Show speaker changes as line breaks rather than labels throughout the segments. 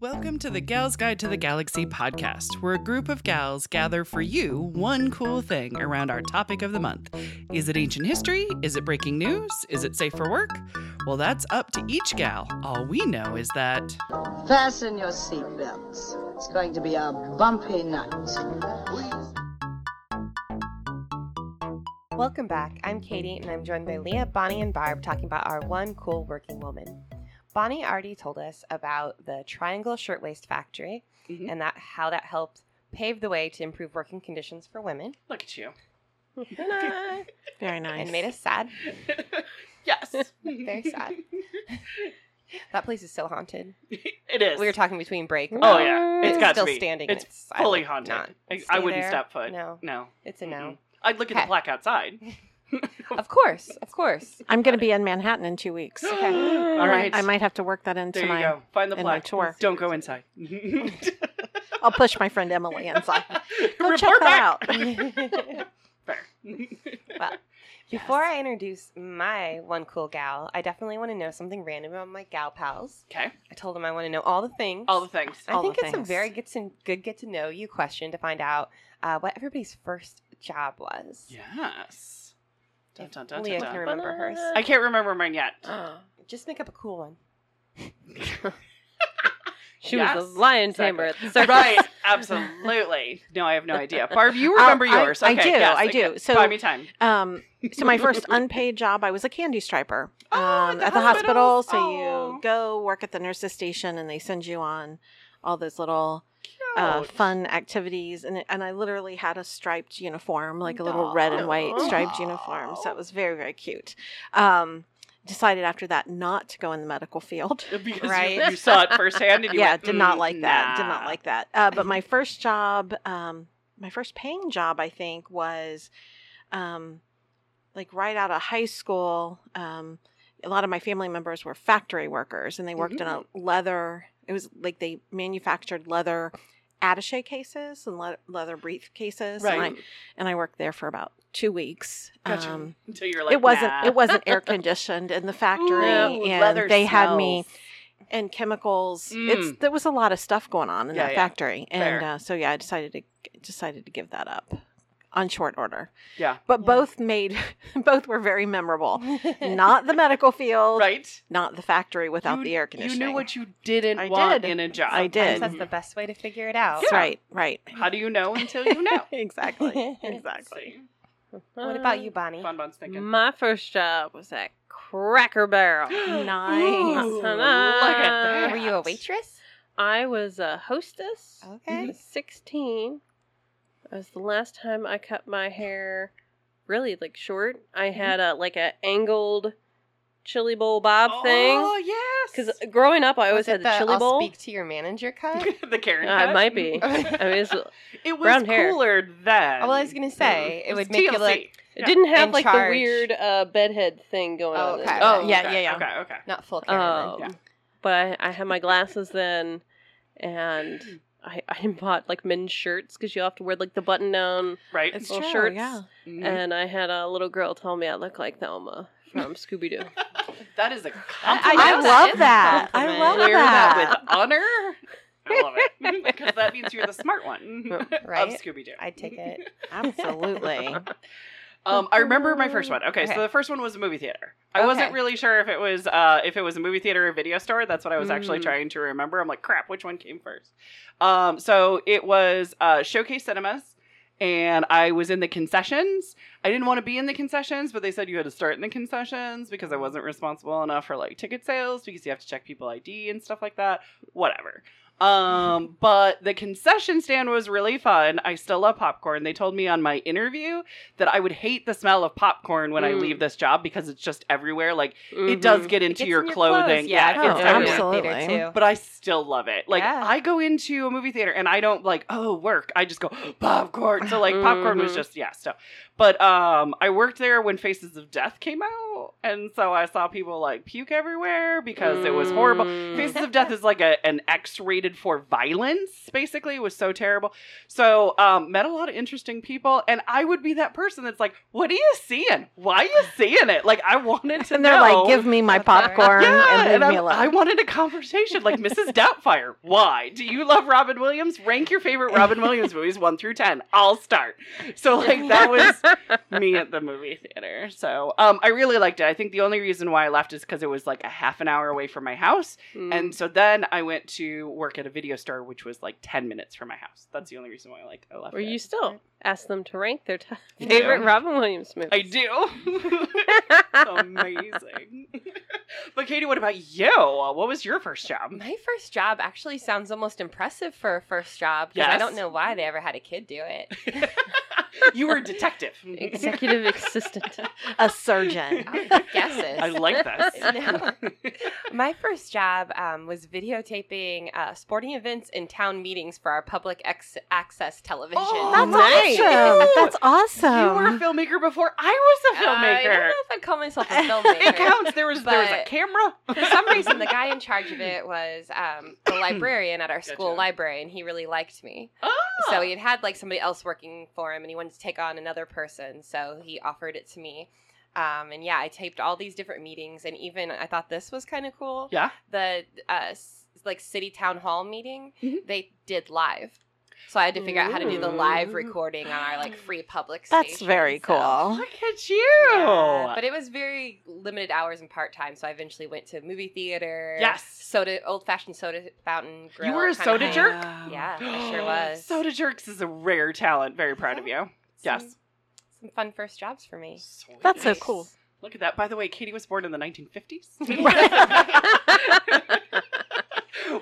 Welcome to the Gals Guide to the Galaxy podcast, where a group of gals gather for you one cool thing around our topic of the month. Is it ancient history? Is it breaking news? Is it safe for work? Well, that's up to each gal. All we know is that.
Fasten your seatbelts. It's going to be a bumpy night.
Welcome back. I'm Katie, and I'm joined by Leah, Bonnie, and Barb talking about our one cool working woman. Bonnie already told us about the Triangle Shirtwaist Factory
Mhm.
and that how that helped pave the way to improve working conditions for women
Look at you.
Very nice.
and made us sad.
yes.
Very sad. That place is so haunted.
It is.
We were talking between break.
Oh, yeah. It's got to
still
be.
standing.
It's
I
fully
would
haunted.
not
I- I
stay
wouldn't
there.
step foot.
No,
No.
it's a no.
I'd look at
Okay.
the plaque outside.
Of course, of course.
I'm going to be in Manhattan in two weeks.
Okay.
All right.
I might have to work that into
There you
my.
go. Find the
in my
plaque.
tour.
Don't go inside.
I'll push my friend Emily inside. Go
Report
check that
back.
out.
Fair.
Before I introduce my one cool gal, I definitely want to know something random about my gal pals.
Okay.
I told them I want to know all the things.
All the things.
I
all
think
the
it's
things.
a very get to, good get to know you question to find out uh, what everybody's first job was.
Yes. Dun, dun, dun,
Leah
dun,
can
dun.
remember hers.
I can't remember mine yet.
Just make up a cool one.
She
Yes,
was the lion
exactly.
tamer at the circus.
Right, absolutely. No, I have no idea. Barb, you
Um,
remember
I-
yours.
I
okay,
do,
yes,
I do.
okay.
So-
buy me time.
Um, so my first unpaid job, I was a candy striper
Oh, at
um,
the
at the hospital.
hospitals?
So
Oh.
you go work at the nurses station, and they send you on all those little
Oh.
uh, fun activities. And it- and I literally had a striped uniform, like a little red and white striped uniform.
Oh.
So it was very very cute. Um, decided after that not to go in the medical field.
because you- you,
Right.
saw it firsthand. And you
yeah,
went,
did not
"Mm,
like that. Did
nah."
not like that. Uh, but my first job, um, my first paying job, I think was, um, like right out of high school. Um, a lot of my family members were factory workers, and they worked
Mm-hmm.
in a leather. It was like they manufactured leather attache cases and le- leather briefcases, and I
Right.
and I worked there for about two weeks.
Gotcha.
Um,
Until you're like,
it wasn't
nah.
it wasn't air conditioned in the factory
Ooh,
and
leather
they had me
smells.
and chemicals
Mm.
it's there was a lot of stuff going on in
Yeah,
that
yeah.
factory
Fair.
and uh, so yeah i decided to decided to give that up on short order
Yeah.
but
Yeah.
both made both were very memorable not the medical field
right.
not the factory without
You-
the air
You
conditioning
knew what you didn't
I
want
did.
in a job.
I
Sometimes
did.
That's the best way to figure it out.
that's right right
How do you know until you know?
exactly exactly
See?
What about you, Bonnie?
Bonbon's thinking.
My first job was at Cracker Barrel.
Mm. Nice.
Ooh, look at that.
Ta-da.
Were you a waitress?
I was a hostess.
Okay.
at 16. That was the last time I cut my hair really like short. I
Mm-hmm.
had a like a angled chili bowl bob thing.
Oh yes.
Because growing up, I
Was
always
it
had the
the
chili
I'll
bowl.
speak to your manager cut?
the Karen.
Uh, it
cut?
might be. I mean, it's, it
it was
brown hair.
cooler then.
Oh, well, I was gonna say, it
was
would make you
TLC.
look-
Yeah.
didn't have
In
like
charge.
the weird uh, bedhead thing going
Oh,
on.
okay.
Oh,
Yeah,
okay,
yeah, yeah.
Okay, okay.
Not full Karen.
Um,
Yeah.
But I, I had my glasses then, and I, I bought like men's shirts because you have to wear like the button down,
Right.
it's
Little
true
shirts.
yeah
Mhm.
and I had a little girl tell me I look like Thelma from Scooby Doo.
that is a
I,
compliment.
know that
love
is a
that. I
compliment.
love
Clear that
that.
with honor. I love it because that means you're the smart one
Right?
of Scooby Doo.
I'd take it.
Absolutely.
Um, I remember my first one. Okay, so
Okay.
the first one was a movie theater. I
Okay.
wasn't really sure if it was uh, if it was a movie theater or video store. That's what I was actually
Mm.
Mhm.
trying to remember. I'm like, crap, which one came first? Um, so it was uh, Showcase Cinemas, and I was in the concessions. I didn't want to be in the concessions, but they said you had to start in the concessions because I wasn't responsible enough for like ticket sales because you have to check people ID and stuff like that. Whatever. Um, but the concession stand was really fun. I still love popcorn. They told me on my interview that I would hate the smell of popcorn when I
Mm.
leave this job because it's just everywhere. Like it
Mhm.
does get
It gets
into
in
your, clothing.
Clothes. Yeah,
it
it
gets
Oh,
gets in your
everywhere.
absolutely.
theater, too.
But I still love it. Like
Yeah.
I go into a movie theater and I don't like oh work. I just go popcorn.
Mm-hmm.
So like popcorn was
Mhm.
just yeah stuff. But um, I worked there when Faces of Death came out.
And so I saw people like puke everywhere because it was
Mm.
horrible.
Mm.
Faces of Death is like a, an X rated for violence, basically. It was so terrible. So, um, met a lot of interesting people. And I would be that person that's like, what are you seeing? Why are you seeing it? Like, I wanted to
and they're
know.
like, give me my
That's all right.
popcorn
yeah,
and leave
I'm-
me alone.
I wanted a conversation like Mrs. Doubtfire. Why do you love Robin Williams? Rank your favorite Robin Williams movies one through ten. I'll start. So like that was me at the movie theater. So um, I really liked it. I think the only reason why I left is because it was like a half an hour away from my house,
Hmm.
and so then I went to work at a video store, which was like ten minutes from my house. That's the only reason why I like I left.
Or
it.
you still ask them to rank their t-
Yeah.
favorite Robin Williams movies.
I do. Amazing. but Katie, what about you? What was your first job?
My first job actually sounds almost impressive for a first job because I
Yes.
don't know why they ever had a kid do it.
you were a detective.
Executive assistant.
a surgeon.
I guess it.
I like that.
My first job um, was videotaping uh, sporting events and town meetings for our public ex- access television.
Oh,
That's
Nice.
awesome. That's
you were a
awesome.
filmmaker before I was a
I don't know
filmmaker.
if I'd call myself a
it
filmmaker.
counts. There was there was a
But-
camera.
For some reason, the guy in charge of it was um, the librarian at our school
Gotcha.
library, and he really liked me.
Oh.
So he had had like somebody else working for him, and he wanted to take on another person. So he offered it to me, um, and yeah, I taped all these different meetings, and even I thought this was kind of cool.
Yeah.
the uh, s- like city town hall meeting
Mhm.
they did live, so I had to figure out how to do the live
Ooh.
recording on our like free public.
That's
station,
very
so-
cool.
Look at you.
yeah, but it was very limited hours and part time, so I eventually went to movie theater.
Yes.
soda, old fashioned soda fountain. Grill
you were a
kinda
soda
thing.
jerk?
Yeah, I sure was.
Soda jerks is a rare talent. Very proud of you. Yes.
Some, some fun first jobs for me.
Sweet.
That's so cool.
Look at that. By the way, Katie was born in the 1950s.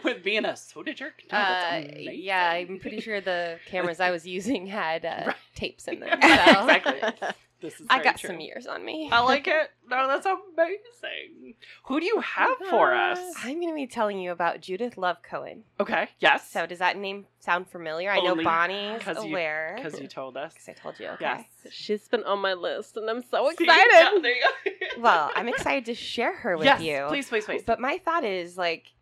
With being a soda jerk. No, that's
Uh,
amazing.
yeah, I'm pretty sure the cameras I was using had uh,
Right.
tapes in them. So
exactly. This is
I
very
got
true.
some years on me.
I like it. No, that's amazing. Who do you have for us?
Uh, I'm going to be telling you about Judith Love Cohen.
Okay. Yes.
So does that name sound familiar? I know
Only
Bonnie's
'cause you-
aware
Because you told us.
'Cause I told you. Okay.
Yes.
She's been on my list, and I'm so
See? Yeah,
excited.
there you go.
Well, I'm excited to share her with
yes.
you.
Please, please, please.
But my thought is like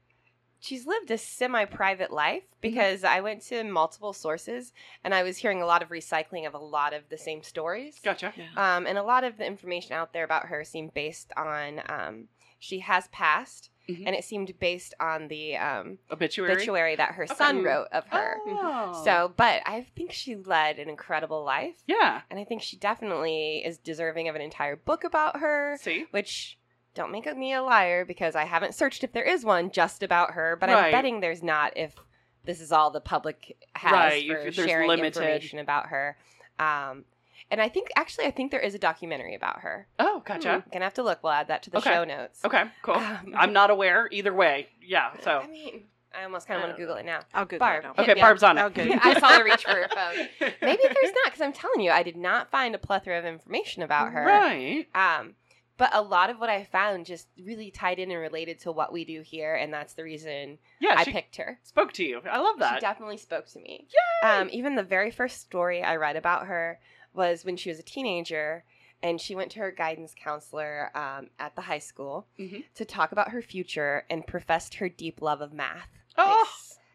she's lived a semi-private life
Mm-hmm.
because I went to multiple sources and I was hearing a lot of recycling of a lot of the same stories.
Gotcha.
Um, and a lot of the information out there about her seemed based on um, she has passed,
Mhm.
and it seemed based on the um,
Obituary.
obituary that her son
Okay.
wrote of her.
Oh.
So, but I think she led an incredible life,
Yeah.
and I think she definitely is deserving of an entire book about her
See.
which don't make me a liar because I haven't searched if there is one just about her, but
Right.
I'm betting there's not if this is all the public has
Right,
for
if there's
sharing
limited-
information about her. Um, and I think actually I think there is a documentary about her. Hmm,
Oh, gotcha.
Gonna have to look. We'll add that to the
Okay.
show notes.
Okay. Cool.
Um,
I'm not aware either way. Yeah. So.
I mean, I almost kind of want
Uh,
to Google it now.
I'll Google
Barb.
it. now.
Okay.
yeah.
Barb's on it.
Oh, good.
I saw her reach for her phone. Maybe there's not because I'm telling you, I did not find a plethora of information about her.
Right.
Um, but a lot of what I found just really tied in and related to what we do here, and that's the reason
Yeah.
I
she
picked her.
spoke to you. I love
She
that.
definitely spoke to me. Um, even the very first story I read about her was when she was a teenager, and she went to her guidance counselor um, at the high school
Mhm.
to talk about her future and professed her deep love of math.
oh,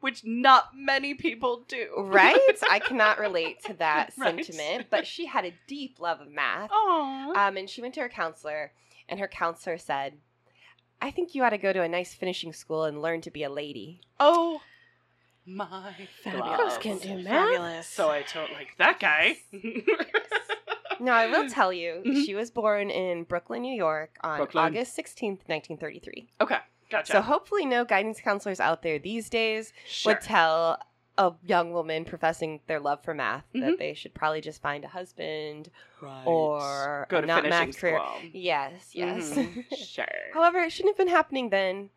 which not many people do.
Right? I cannot relate to that
Right.
sentiment, but she had a deep love of math.
Oh.
Um, and she went to her counselor, and her counselor said, I think you ought to go to a nice finishing school and learn to be a lady.
Oh my
Fabulous.
God.
can't do math.
Fabulous.
So I don't like that guy.
No, I will tell you,
Mhm.
she was born in Brooklyn, New York on
Brooklyn.
August 16th, 1933.
okay, gotcha.
So hopefully, no guidance counselors out there these days
Sure.
would tell a young woman professing their love for math that they should probably just find a husband.
Mm-hmm. Right.
or
go to
not
finishing
math career.
school.
Yes, yes.
Mhm. Sure.
However, it shouldn't have been happening then,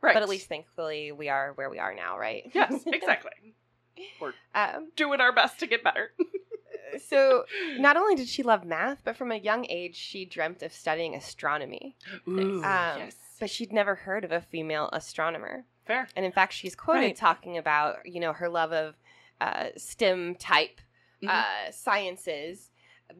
right.
but at least thankfully we are where we are now, right?
yes, exactly. We're
um,
doing our best to get better.
so not only did she love math, but from a young age she dreamt of studying astronomy. Um,
Ooh, yes.
But she'd never heard of a female astronomer,
Fair.
and in fact, she's quoted
Right.
talking about you know her love of uh, STEM type
Mhm.
uh, sciences.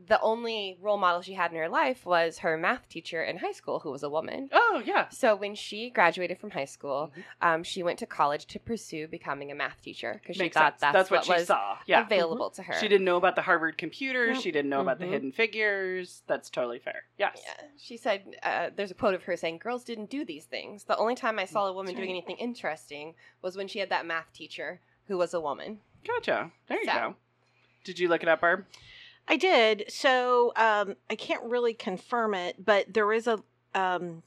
the only role model she had in her life was her math teacher in high school, who was a woman.
Oh yeah.
So when she graduated from high school,
Mhm.
um, she went to college to pursue becoming a math teacher because she
Makes
thought
sense.
that's,
what,
what,
she
was
saw. Yeah. Mm-hmm.
available to her.
She didn't know about the Harvard computers.
Yep.
She didn't know about the
Mhm.
hidden figures. That's totally fair. Yes.
Yeah. She said, uh, there's a quote of her saying, Girls didn't do these things. The only time I saw a woman
That's
doing
right.
anything interesting was when she had that math teacher who was a woman.
Gotcha. There you
So-
go. Did you look it up, Barb?
I did. So um, I can't really confirm it, but there is a um,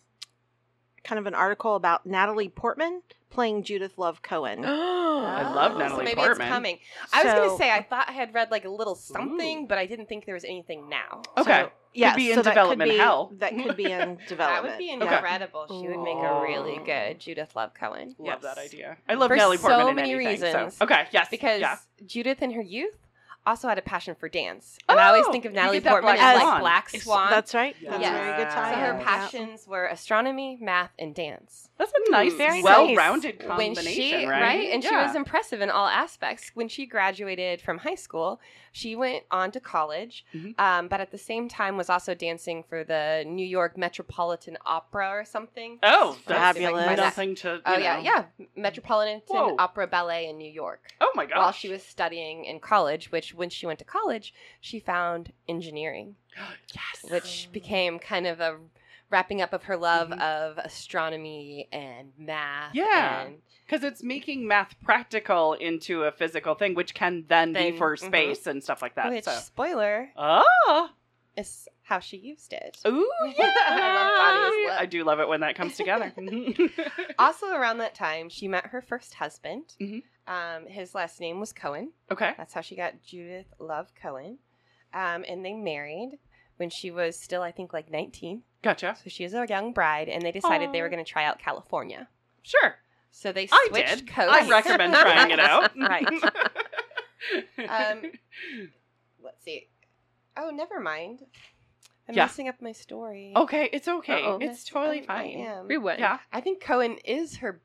kind of an article about Natalie Portman playing Judith Love Cohen.
I
I love
Oh,
Natalie
so maybe
Portman.
it's coming. I was going
So-
to say, I thought I had read like a little something, but I didn't think there was anything now.
Okay.
So, yeah,
be in
so that
development
be-
hell.
That could be in development.
That would be
Okay.
incredible. She would make a really
Ooh.
good Judith Love Cohen.
Love that
Yes.
idea. I love
For
Natalie Portman
so
in
many
anything, so-
reasons.
Okay. Yes.
Because
yeah.
Judith in her youth also had a passion for dance. And I always
Oh,
think of
you get
Natalie
that
Portman
Black
as like
Swan.
Black
It's-
Swan.
That's right.
Yeah.
That's a very good
Yes.
so
time.
her
Yeah.
passions were astronomy, math, and dance.
that's a nice,
Very
well-rounded
nice.
when
combination,
she
right?
and she
Yeah.
was impressive in all aspects when she graduated from high school she went on to college
Mhm.
um, but at the same time was also dancing for the new york metropolitan opera or something
Oh,
Let's see if I
that's
can
Fabulous.
find that.
nothing to. you
oh yeah
know.
yeah metropolitan
Whoa.
opera ballet in new york
Oh my gosh.
while she was studying in college which when she went to college she found engineering
yes.
which became kind of a wrapping up of her love
Mhm.
of astronomy and math
Yeah.
and
Because it's making math practical into a physical thing, which can then,
Then-
be for
mhm.
space and stuff like that.
Which
so.
spoiler
Oh,
is how she used it.
ooh, yeah!
I love Bonnie's look.
I do love it when that comes together.
Also, around that time, she met her first husband.
Mhm.
Um, his last name was Cohen.
okay,
That's how she got Judith Love Cohen. Um, and they married when she was still, I think, like 19.
gotcha.
So she was a young bride, and they decided they
Aw.
were going to try out California.
Sure,
So they
I
switched
did.
coasts.
I recommend trying it out.
Right.
Um, Let's see. Oh, never mind. I'm
Yeah.
messing up my story.
okay, it's okay.
Uh-oh.
It's totally
Um,
fine.
I am.
Rewind.
Yeah,
I think Cohen is her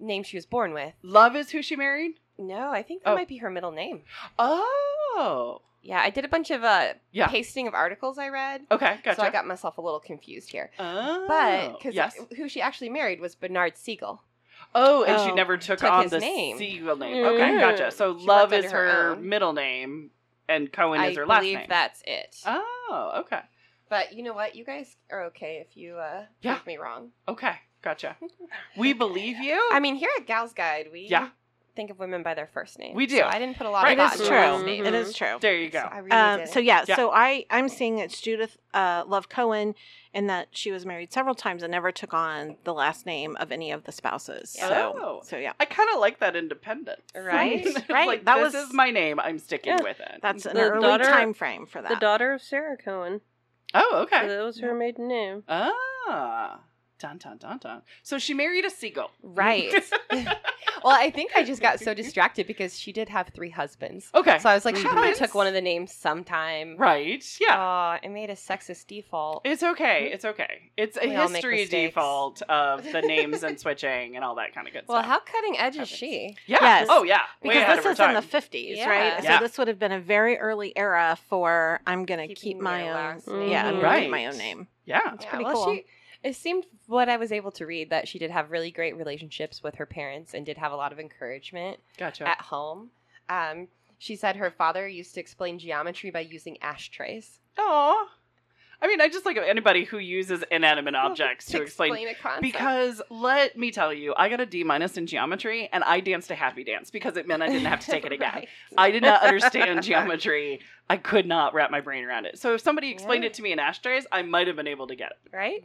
name she was born with.
love is who she married.
No, I think that
Oh.
might be her middle name.
Oh,
Yeah, I did a bunch of uh,
Yeah.
pasting of articles I read,
okay, gotcha.
so I got myself a little confused here.
oh,
But because
yes.
who she actually married was Bernard Siegel.
Oh, and she
Oh.
never took,
Took
on
his
the
name.
Siegel name.
Mm.
Okay, gotcha. So
She
Love
worked
is
under her
her
own.
middle name, and Cohen
I
is her last
believe
name.
that's it.
Oh, okay,
but you know what? You guys are okay if you uh,
Yeah.
prove me wrong.
okay, gotcha. We believe you.
I mean, here at Gals Guide, we
Yeah.
think of women by their first name.
We do.
So I didn't put a lot
Right.
It
of
is
thought
true.
into her last name.
It is true.
Mm-hmm. there you go.
So I really
Um,
didn't.
so yeah,
Yeah.
so I I'm seeing it's Judith uh, Love Cohen, and that she was married several times and never took on the last name of any of the spouses.
Yeah.
So
Oh.
so yeah,
I kind of like that independence,
Right?
It's
Right.
Like,
That
this
was-
is my name. I'm sticking
Yeah.
with it.
that's an
The
early
daughter-
time frame for
The
that.
daughter of Sarah Cohen.
oh,
So
okay.
that was her maiden name.
Ah, dun dun dun dun. So she married a seagull,
Right. well, I think I just got so distracted because she did have three husbands.
okay,
So I was like, she
Mhm.
probably took one of the names sometime.
right? Yeah.
Aw, I made a sexist default.
It's okay. It's okay. It's a
Oh. We all make
history
mistakes.
default of the names and switching and all that kind of good
well,
stuff.
how cutting edge is she?
Yeah.
Yes.
Oh, yeah. Way ahead
because
of
this
her
is in
time.
the 50s,
Yeah.
right?
Yeah.
So this would have been a very early era for I'm going to
Keeping
keep
your
my own.
last
name.
Yeah, I'm gonna keep my
Right.
own name.
yeah.
It's pretty
well,
cool.
she. It seemed what I was able to read that she did have really great relationships with her parents and did have a lot of encouragement
Gotcha.
at home. Um, she said her father used to explain geometry by using ashtrays
Aw. I mean, I just like anybody who uses inanimate objects to explain
a concept.
Because let me tell you, I got a D minus in geometry and I danced a happy dance because it meant I didn't have to take it again.
Right.
I did not understand geometry. I could not wrap my brain around it. So if somebody explained
Yeah.
it to me in ashtrays, I might have been able to get it.
right?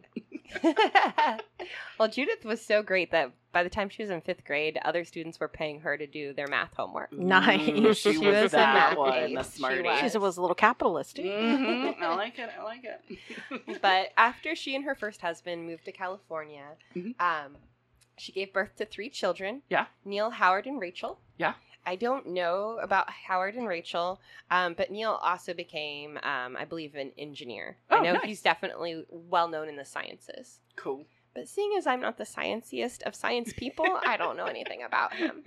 well, Judith was so great that by the time she was in fifth grade, other students were paying her to do their math homework.
Nice.
Ooh, she,
She
was,
was a
that
math
one,
aide.
the
She
smarty.
was. Mm-hmm.
She's was a little capitalist.
Mhm. I like it. I like it.
But after she and her first husband moved to California,
Mhm.
um, she gave birth to three children.
Yeah.
Neil, Howard, and Rachel.
Yeah.
I don't know about Howard and Rachel, um, but Neil also became, um, I believe, an engineer.
Oh,
I know
nice.
he's definitely well known in the sciences.
cool.
But seeing as I'm not the scienciest of science people, I don't know anything about him.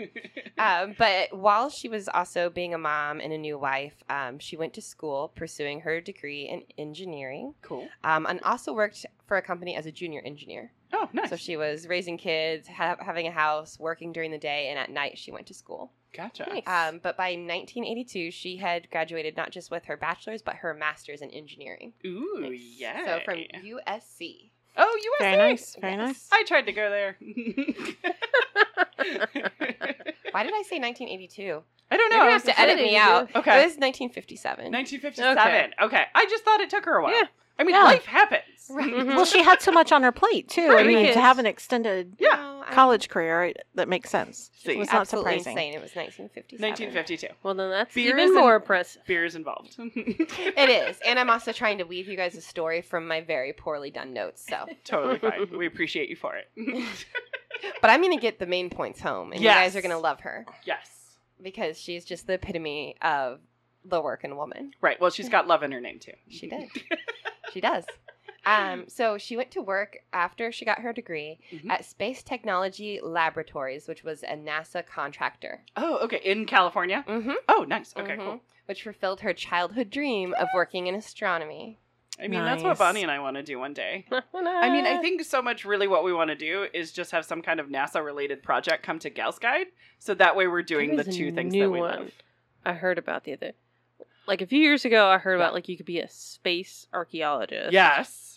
Um, but while she was also being a mom and a new wife, um, she went to school pursuing her degree in engineering
cool.
um, and also worked for a company as a junior engineer.
Oh, nice.
So she was raising kids, ha- having a house, working during the day, and at night she went to school.
gotcha.
Nice.
Um, but by 1982, she had graduated not just with her bachelor's, but her master's in engineering.
Ooh,
Nice.
yeah.
So from USC.
oh, USA.
Very nice. Very
Yes.
nice.
I tried to go there.
Why did I say 1982?
I don't
You're gonna
know.
have to edit me out.
Okay.
It was 1957.
1957. Okay.
Okay.
I just thought it took her a while.
Yeah.
I mean,
Yeah.
life happens.
Mhm.
Well, she had so much on her plate too.
Right.
I mean,
Kids.
to have an extended
Yeah.
No, I-
college career, it- that makes sense.
See,
It was not
absolutely
surprising.
insane. It was 1957.
1952.
Well, then that's
Beer is
even
an-
more impressive.
Beer is involved.
It is. And I'm also trying to weave you guys a story from my very poorly done notes. So,
totally fine. We appreciate you for it.
but I'm going to get the main points home, and you guys
Yes.
are going to love her
yes.
because she's just the epitome of the working woman.
Right. Well, she's got love in her name too.
She did. she does. Um, so she went to work after she got her degree
Mm-hmm.
Mhm.
at Space Technology Laboratories, which was a NASA contractor.
Oh, okay. In California.
Mm-hmm.
Oh, nice. Okay, cool.
Which fulfilled her childhood dream of working in astronomy.
I mean, that's what
Nice.
Bonnie and I want to do one day. I mean, I think so much really what we want to do is just have some kind of NASA related project come to Gals Guide. So that way we're doing
There
the
was a
two things
new
that we
one
love.
I heard about the other, like a few years ago. I heard
Yeah.
about like you could be a space archaeologist.
Yes.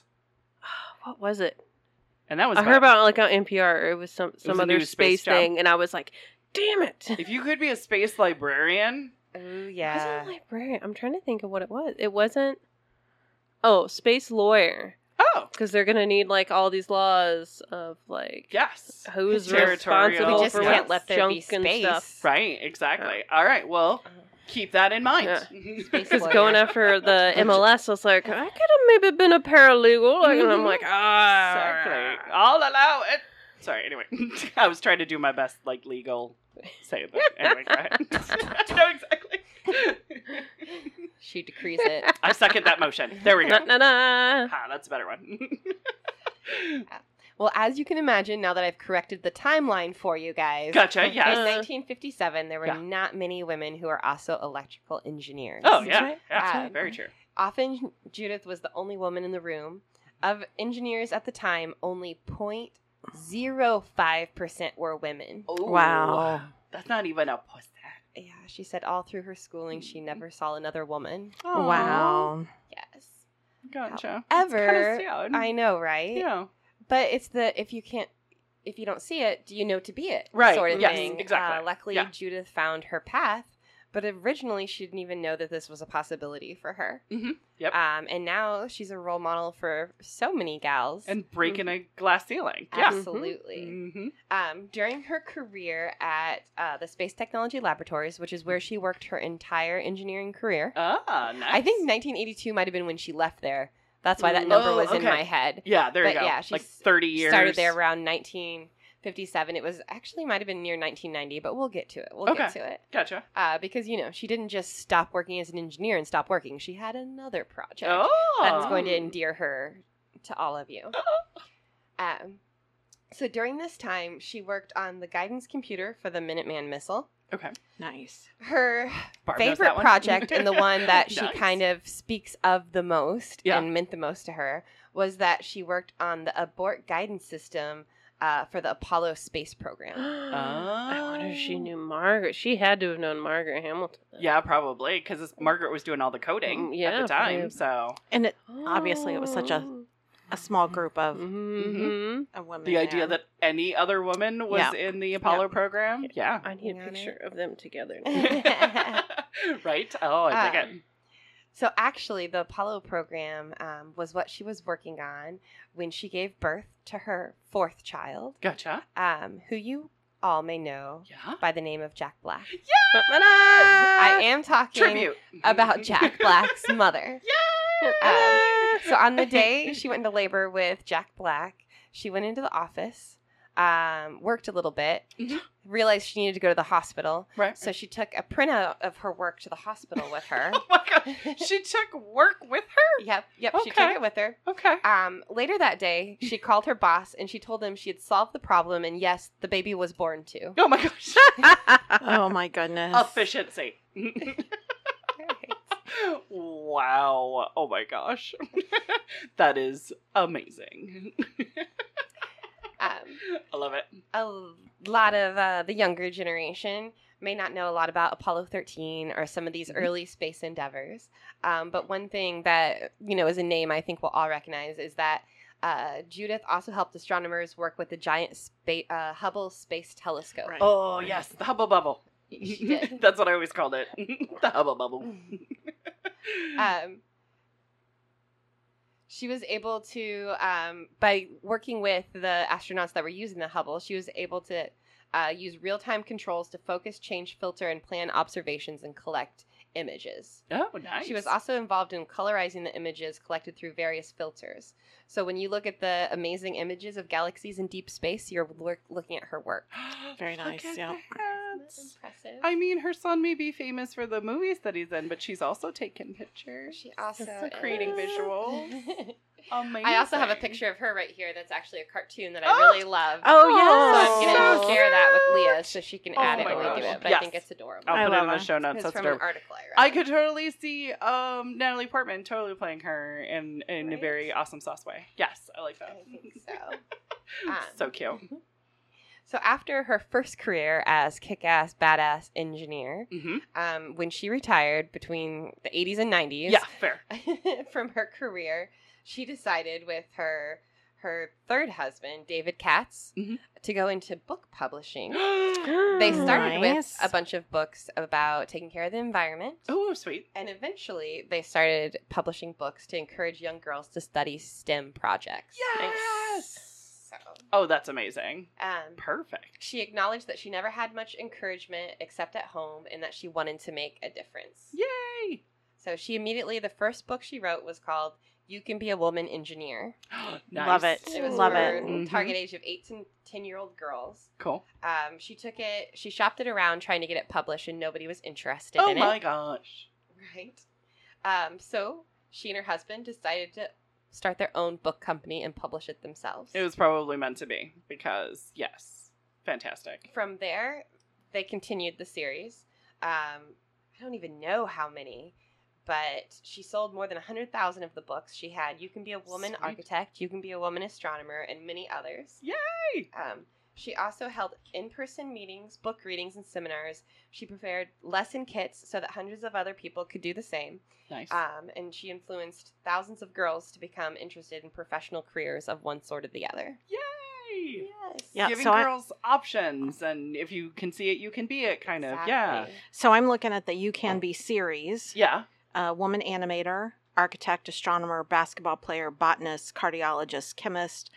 What was it?
And that was
I heard about it, like on NPR. It was some some
was a
other
new space
space,
job.
thing, and I was like, "Damn it!"
if you could be a space librarian.
Oh
Wasn't a librarian. I'm trying to think of what it was. It wasn't. Oh, space lawyer,
Oh,
because they're gonna need like all these laws of like
yes.
who's
Territorial.
responsible
We just
for
Yeah.
can't
what
let there be
junk and
space.
stuff.
Right, exactly. All right, well, keep that in mind.
Space
Because
lawyer.
going after the MLS, I was like, I could have maybe been a paralegal, like, and I'm like, ah,
Exactly. I'll allow it. Sorry, anyway. I was trying to do my best, like, legal say, but anyway, go ahead. I know exactly.
She decrees it.
I second that motion. There we go.
na na na.
Ha, that's a better one.
well, as you can imagine, now that I've corrected the timeline for you guys,
gotcha,
in
yes.
Uh,
1957, there were
Yeah.
not many women who were also electrical engineers.
Oh,
That's
yeah.
right.
yeah
Uh,
very true.
Often Judith was the only woman in the room. Of engineers at the time, only 0.05% were women.
Oh.
Wow.
That's not even a puss.
Yeah, she said all through her schooling she never saw another woman.
Wow.
Yes.
Gotcha.
However,
kind
I know, right?
Yeah.
But it's the if you can't if you don't see it, do you know to be it?
Right,
Sort of
yes,
thing.
exactly.
Uh, luckily,
Yeah.
Judith found her path, but originally she didn't even know that this was a possibility for her.
Mhm, yep.
Um, and now she's a role model for so many gals.
And breaking a glass ceiling. Yeah.
Absolutely.
Mm-hmm.
Um, during her career at uh, the Space Technology Laboratories, which is where she worked her entire engineering career,
Ah, nice.
I think 1982 might have been when she left there. That's why that number
Oh,
was in
okay.
my head.
Yeah, there you
But
go.
yeah, she's
like 30 years.
Started there around 1957. It was actually might have been near 1990, but we'll get to it. We'll get
Okay.
to it
Gotcha.
uh, because you know she didn't just stop working as an engineer and stop working. She had another project
Oh.
that's going to endear her to all of you. Um, so during this time, she worked on the guidance computer for the Minuteman missile.
Okay.
Nice.
Her
Barb knows
favorite
that one.
project and the one that she
Nice.
kind of speaks of the most
Yeah.
and meant the most to her was that she worked on the abort guidance system uh, for the Apollo space program.
Oh.
Oh.
I wonder if she knew Margaret. She had to have known Margaret Hamilton.
Yeah, probably because Margaret was doing all the coding
Mm, yeah,
at the time.
yeah.
So
And it, Obviously, it was such a- a Mm-hmm. small group of
hmm
a women.
the idea
there.
that any other woman was
Yeah.
in the Apollo
Yeah.
program. Yeah.
I need
Hang
a
on it.
picture of them together.
right? Oh, I dig
Uh,
it.
So actually, the Apollo program um, was what she was working on when she gave birth to her fourth child,
Gotcha.
um, who you all may know
Yeah.
by the name of Jack Black. I
I
am talking
Tribute
about Jack Black's mother. Um, so on the day she went into labor with Jack Black, she went into the office. um, worked a little bit,
Mhm.
realized she needed to go to the hospital.
Right.
So she took a printout of her work to the hospital with her.
Oh my god. She took work with her?
yep, yep, she took
Okay.
it with her.
Okay.
Um, later that day, she called her boss and she told him she had solved the problem and yes, the baby was born too.
Oh my gosh.
Oh my goodness.
Efficiency. wow. Oh my gosh. that is amazing.
um,
I love it.
a lot of uh, the younger generation may not know a lot about Apollo 13 or some of these
Mhm.
early space endeavors. Um, but one thing that, you know, is a name I think we'll all recognize is that uh, Judith also helped astronomers work with the giant spa- uh, Hubble Space Telescope.
Right.
Oh yes, the hubble bubble.
She did.
That's what I always called it. the hubble bubble. Mm.
um, she was able to, um, by working with the astronauts that were using the Hubble, she was able to uh, use real time controls to focus, change, filter, and plan observations and collect images.
oh nice.
She was also involved in colorizing the images collected through various filters. So when you look at the amazing images of galaxies in deep space, you're look- looking at her work.
Very
Look
nice,
at
yeah.
that.
impressive?
I mean, her son may be famous for the movies that he's in, but she's also taking pictures.
she also
So creating
is-
visuals. Amazing.
I also have a picture of her right here. That's actually a cartoon that I
Oh!
really love.
Oh
So
Oh,
yes.
I'm gonna
so
share that with Leah so she can
Oh
add it
my
when we do
gosh.
it. But I
Yes.
think it's adorable.
I'll
I
put it
love
in the
her.
show notes.
Oh, it's
Oh, That's
from
dope.
an article I
I
read.
could totally see um, Natalie Portman totally playing her in in a
Right?
very awesome sauce way. Yes, I like
I
that.
think so. Um,
so cute.
So after her first career as kick-ass badass engineer,
hmm
um, when she retired between the 80s and 90s,
Yeah, fair.
from her career, she decided with her her third husband, David Katz,
Mhm.
to go into book publishing. They
they
started
Oh, Nice.
with a bunch of books about taking care of the environment.
Oh, sweet.
And eventually, they started publishing books to encourage young girls to study STEM projects.
Yes.
So,
Oh, that's amazing.
um,
Perfect.
she acknowledged that she never had much encouragement except at home and that she wanted to make a difference.
Yay.
So she immediately, the first book she wrote was called You Can Be a Woman Engineer.
nice.
Love it.
It was
Love
for
it.
Mhm.
target age of 8 to 10 year old girls.
Cool.
Um, she took it, she shopped it around trying to get it published and nobody was interested
Oh
in
my
it.
gosh.
Right. Um, so she and her husband decided to start their own book company and publish it themselves.
It was probably meant to be because yes, fantastic.
From there, they continued the series. Um, I don't even know how many, but she sold more than 100,000 of the books she had. You Can Be a Woman
Sweet.
Architect, You Can Be a Woman Astronomer, and many others.
Yay!
Um, she also held in person meetings, book readings, and seminars. She prepared lesson kits so that hundreds of other people could do the same.
Nice.
Uh,
um, and she influenced thousands of girls to become interested in professional careers of one sort or the other.
Yay!
Yeah,
Giving
so I-
girls options, and if you can see it, you can be it, kind of. Yeah.
So I'm looking at the You
Oh.
Can Be series.
Yeah.
Uh, woman animator, architect, astronomer, basketball player, botanist, cardiologist, chemist.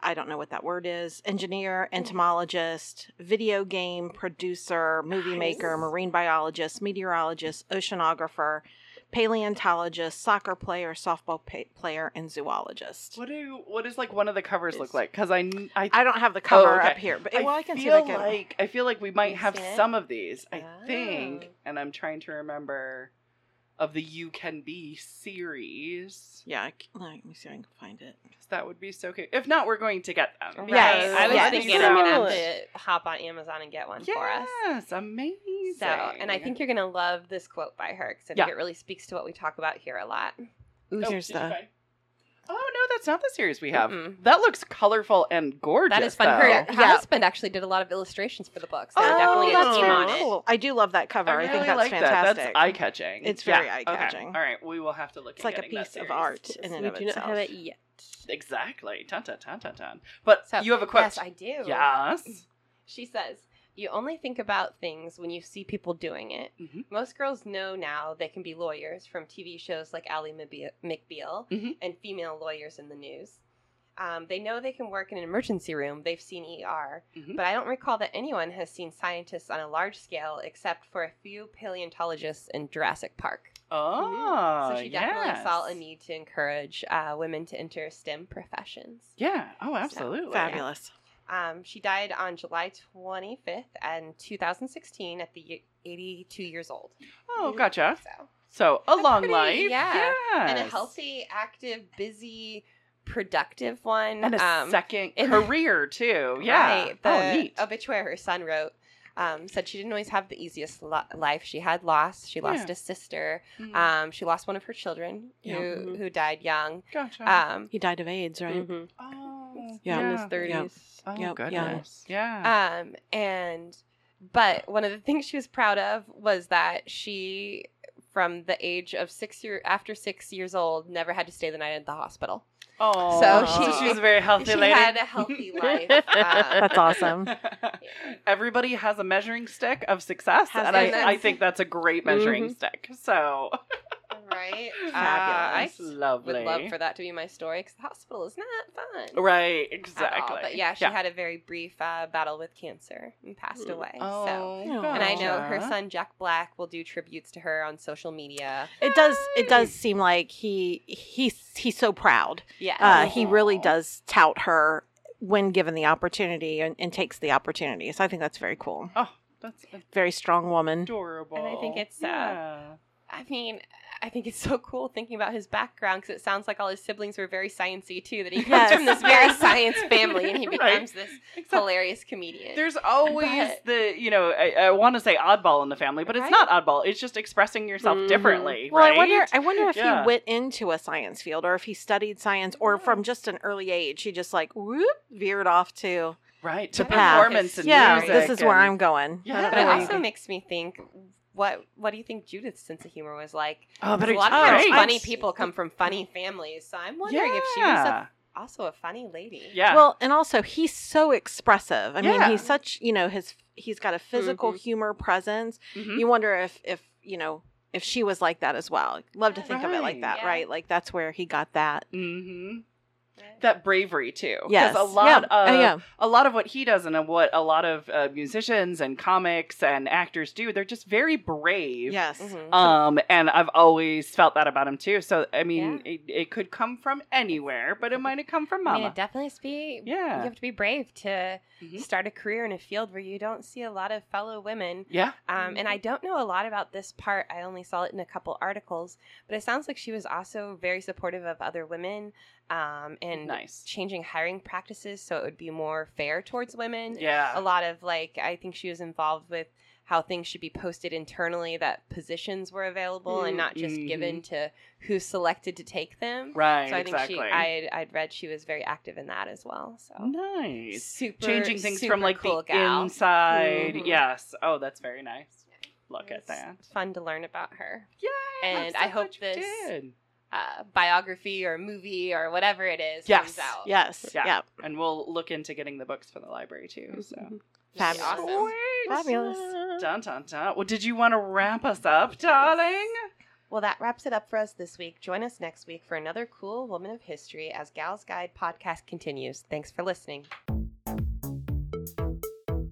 I don't know what that word is. Engineer,
Mm.
entomologist, video game producer, movie maker,
Nice.
marine biologist, meteorologist, oceanographer, paleontologist, soccer player, softball pa- player, and zoologist.
What do what does like one of the covers look like? Because I kn- I
I don't have the cover
Oh, okay.
up here, but
I
well, I can see
feel
if I can-
like I feel like we might
You
have
seen it?
some of these. I
Oh.
think, and I'm trying to remember of the You Can Be series.
Yeah, I c- let me see if I can find it.
'cause That would be so cute. If not, we're going to get them.
Right.
Because
I was
yes,
thinking
so-
I'm gonna have to hop on Amazon and get one for us.
Yes, amazing.
So, and I think you're gonna love this quote by her because I think
Yeah.
it really speaks to what we talk about here a lot.
Ooh,
Oh,
here's
did you
the.
find- Oh no, that's not the series we have.
Mm-mm.
That looks colorful and gorgeous.
That is fun.
Though.
Her,
Yeah.
her
Yeah.
husband actually did a lot of illustrations for the books. So
Oh,
definitely a
that's
team
very
on it.
cool. I do love that cover. I,
really
think that's
like
fantastic.
That. That's eye catching.
It's very eye-catching.
All right, we will have to look.
it's
at
like a
getting that
piece of
series.
art in and
we
of
do
itself.
not have it yet.
Exactly. Tan tan tan tan tan. But
So,
you have a quote.
Yes, I do. Mm-hmm.
Yes.
She says, You only think about things when you see people doing it.
Mhm.
Most girls know now they can be lawyers from TV shows like Ally McBe- McBeal
Mhm.
and female lawyers in the news. Um, they know they can work in an emergency room. They've seen ER.
Mhm.
But I don't recall that anyone has seen scientists on a large scale except for a few paleontologists in Jurassic Park.
Oh,
so she definitely
yes.
saw a need to encourage uh, women to enter STEM professions.
Yeah. Oh, absolutely.
Fabulous.
Um, she died on July 25th, and 2016, at the y- 82 years old.
Oh, gotcha.
So,
So a
That's
long
pretty-
life.
yeah. and a
yes.
healthy, active, busy, productive one.
and a
um,
second
and-
career too. Yeah.
Right.
oh,
The
neat.
obituary her son wrote um, said she didn't always have the easiest lo- life. She had lost. She lost
Yeah.
a sister.
Mm, Mm-hmm.
Um, she lost one of her children
Yeah.
who
Mhm.
who died young.
gotcha.
Um,
He died of AIDS, right?
Mhm.
oh,
Yeah.
In his thirties.
Oh
Yep, yeah.
goodness. Yeah.
um, and but one of the things she was proud of was that she, from the age of six year after six years old, never had to stay the night at the hospital.
oh.
so
so
she-
she was a very healthy
she
lady.
had a healthy life. Um,
That's awesome.
Everybody has a measuring stick of success,
Has
and I,
success.
I think that's a great measuring
Mm-hmm.
stick. So
right? Uh,
fabulous,
I
lovely.
would love for that to be my story because the hospital is not fun.
right,
at all.
exactly.
But yeah, she had a very brief uh, battle with cancer and passed
Mm.
away.
Oh,
So.
Yeah.
And I know
gotcha.
her son Jack Black will do tributes to her on social media.
It does. It does seem like he he's he's so proud.
Yeah,
Uh, he really
Aw.
does tout her when given the opportunity and, and takes the opportunity. So I think that's very cool.
Oh, that's
Very strong woman.
adorable.
And I think it's, uh,
yeah.
I mean, I think it's so cool thinking about his background because it sounds like all his siblings were very sciencey too. That he comes
Yes.
from this very
Yes.
science family and he
Right.
becomes this
Except
hilarious comedian.
There's always
But-
the you know I, I want to say oddball in the family, but it's
Right. Mm-hmm.
not oddball. It's just expressing yourself
Mhm.
differently.
Well,
right?
I wonder. I wonder if
Yeah.
he went into a science field, or if he studied science, or from just an early age, he just like whoop veered off to
right to
I don't know if it's-
performance and
yeah.
music.
This is where
and-
I'm going.
Yeah.
I don't
but
know
it
where you
also
go.
makes me think. What What do you think Judith's sense of humor was like?
Oh, but
a
it's
lot of times
great.
funny people come from funny families, so I'm wondering if she was a,
Yeah.
also a funny lady.
yeah.
Well, and also he's so expressive. I
Yeah. Mm-hmm.
mean, he's such you know his he's got a physical humor presence.
Mhm.
Mm-hmm.
You wonder if if you know if she was like that as well. Love to think of it
Right.
like that,
Yeah.
right? Like that's where he got that.
hmm
Right.
that bravery too. 'Cause
Yes,
a lot
Yeah.
of
Uh,
Oh, yeah.
a lot of what he does and what a lot of uh, musicians and comics and actors do, they're just very brave.
yes,
Mhm.
Um, and I've always felt that about him too. So I mean, it, it could come from anywhere, but it might have come from
I mean,
Mama.
it definitely has to be. You
yeah.
have to be brave to
Mhm.
start a career in a field where you don't see a lot of fellow women.
Yeah.
Um, and I
Mm-hmm.
don't know a lot about this part. I only saw it in a couple articles, but it sounds like she was also very supportive of other women um, and
Nice.
changing hiring practices so it would be more fair towards women. A
Yeah.
lot of like, I think she was involved with how things should be posted internally, that positions were available and not just
Mhm.
given to who's selected to take them.
Right.
So I think
exactly.
she, I'd, I'd read she was very active in that as well. So
nice.
super
Changing things
super
from like
cool
the
gal.
inside.
Mhm.
Yes. Oh, that's very nice. Look
It's
at that.
Fun to learn about her.
Yeah.
And I hope this uh, biography or movie or whatever it is
Yes.
comes out.
yes,
Yeah.
yeah.
And we'll look into getting the books for the library too. So
That'd be
Fabulous.
awesome.
Fabulous.
Dun dun dun. Well, did you want to wrap us up, darling?
Well, that wraps it up for us this week. Join us next week for another cool woman of history as Gal's Guide podcast continues. Thanks for listening.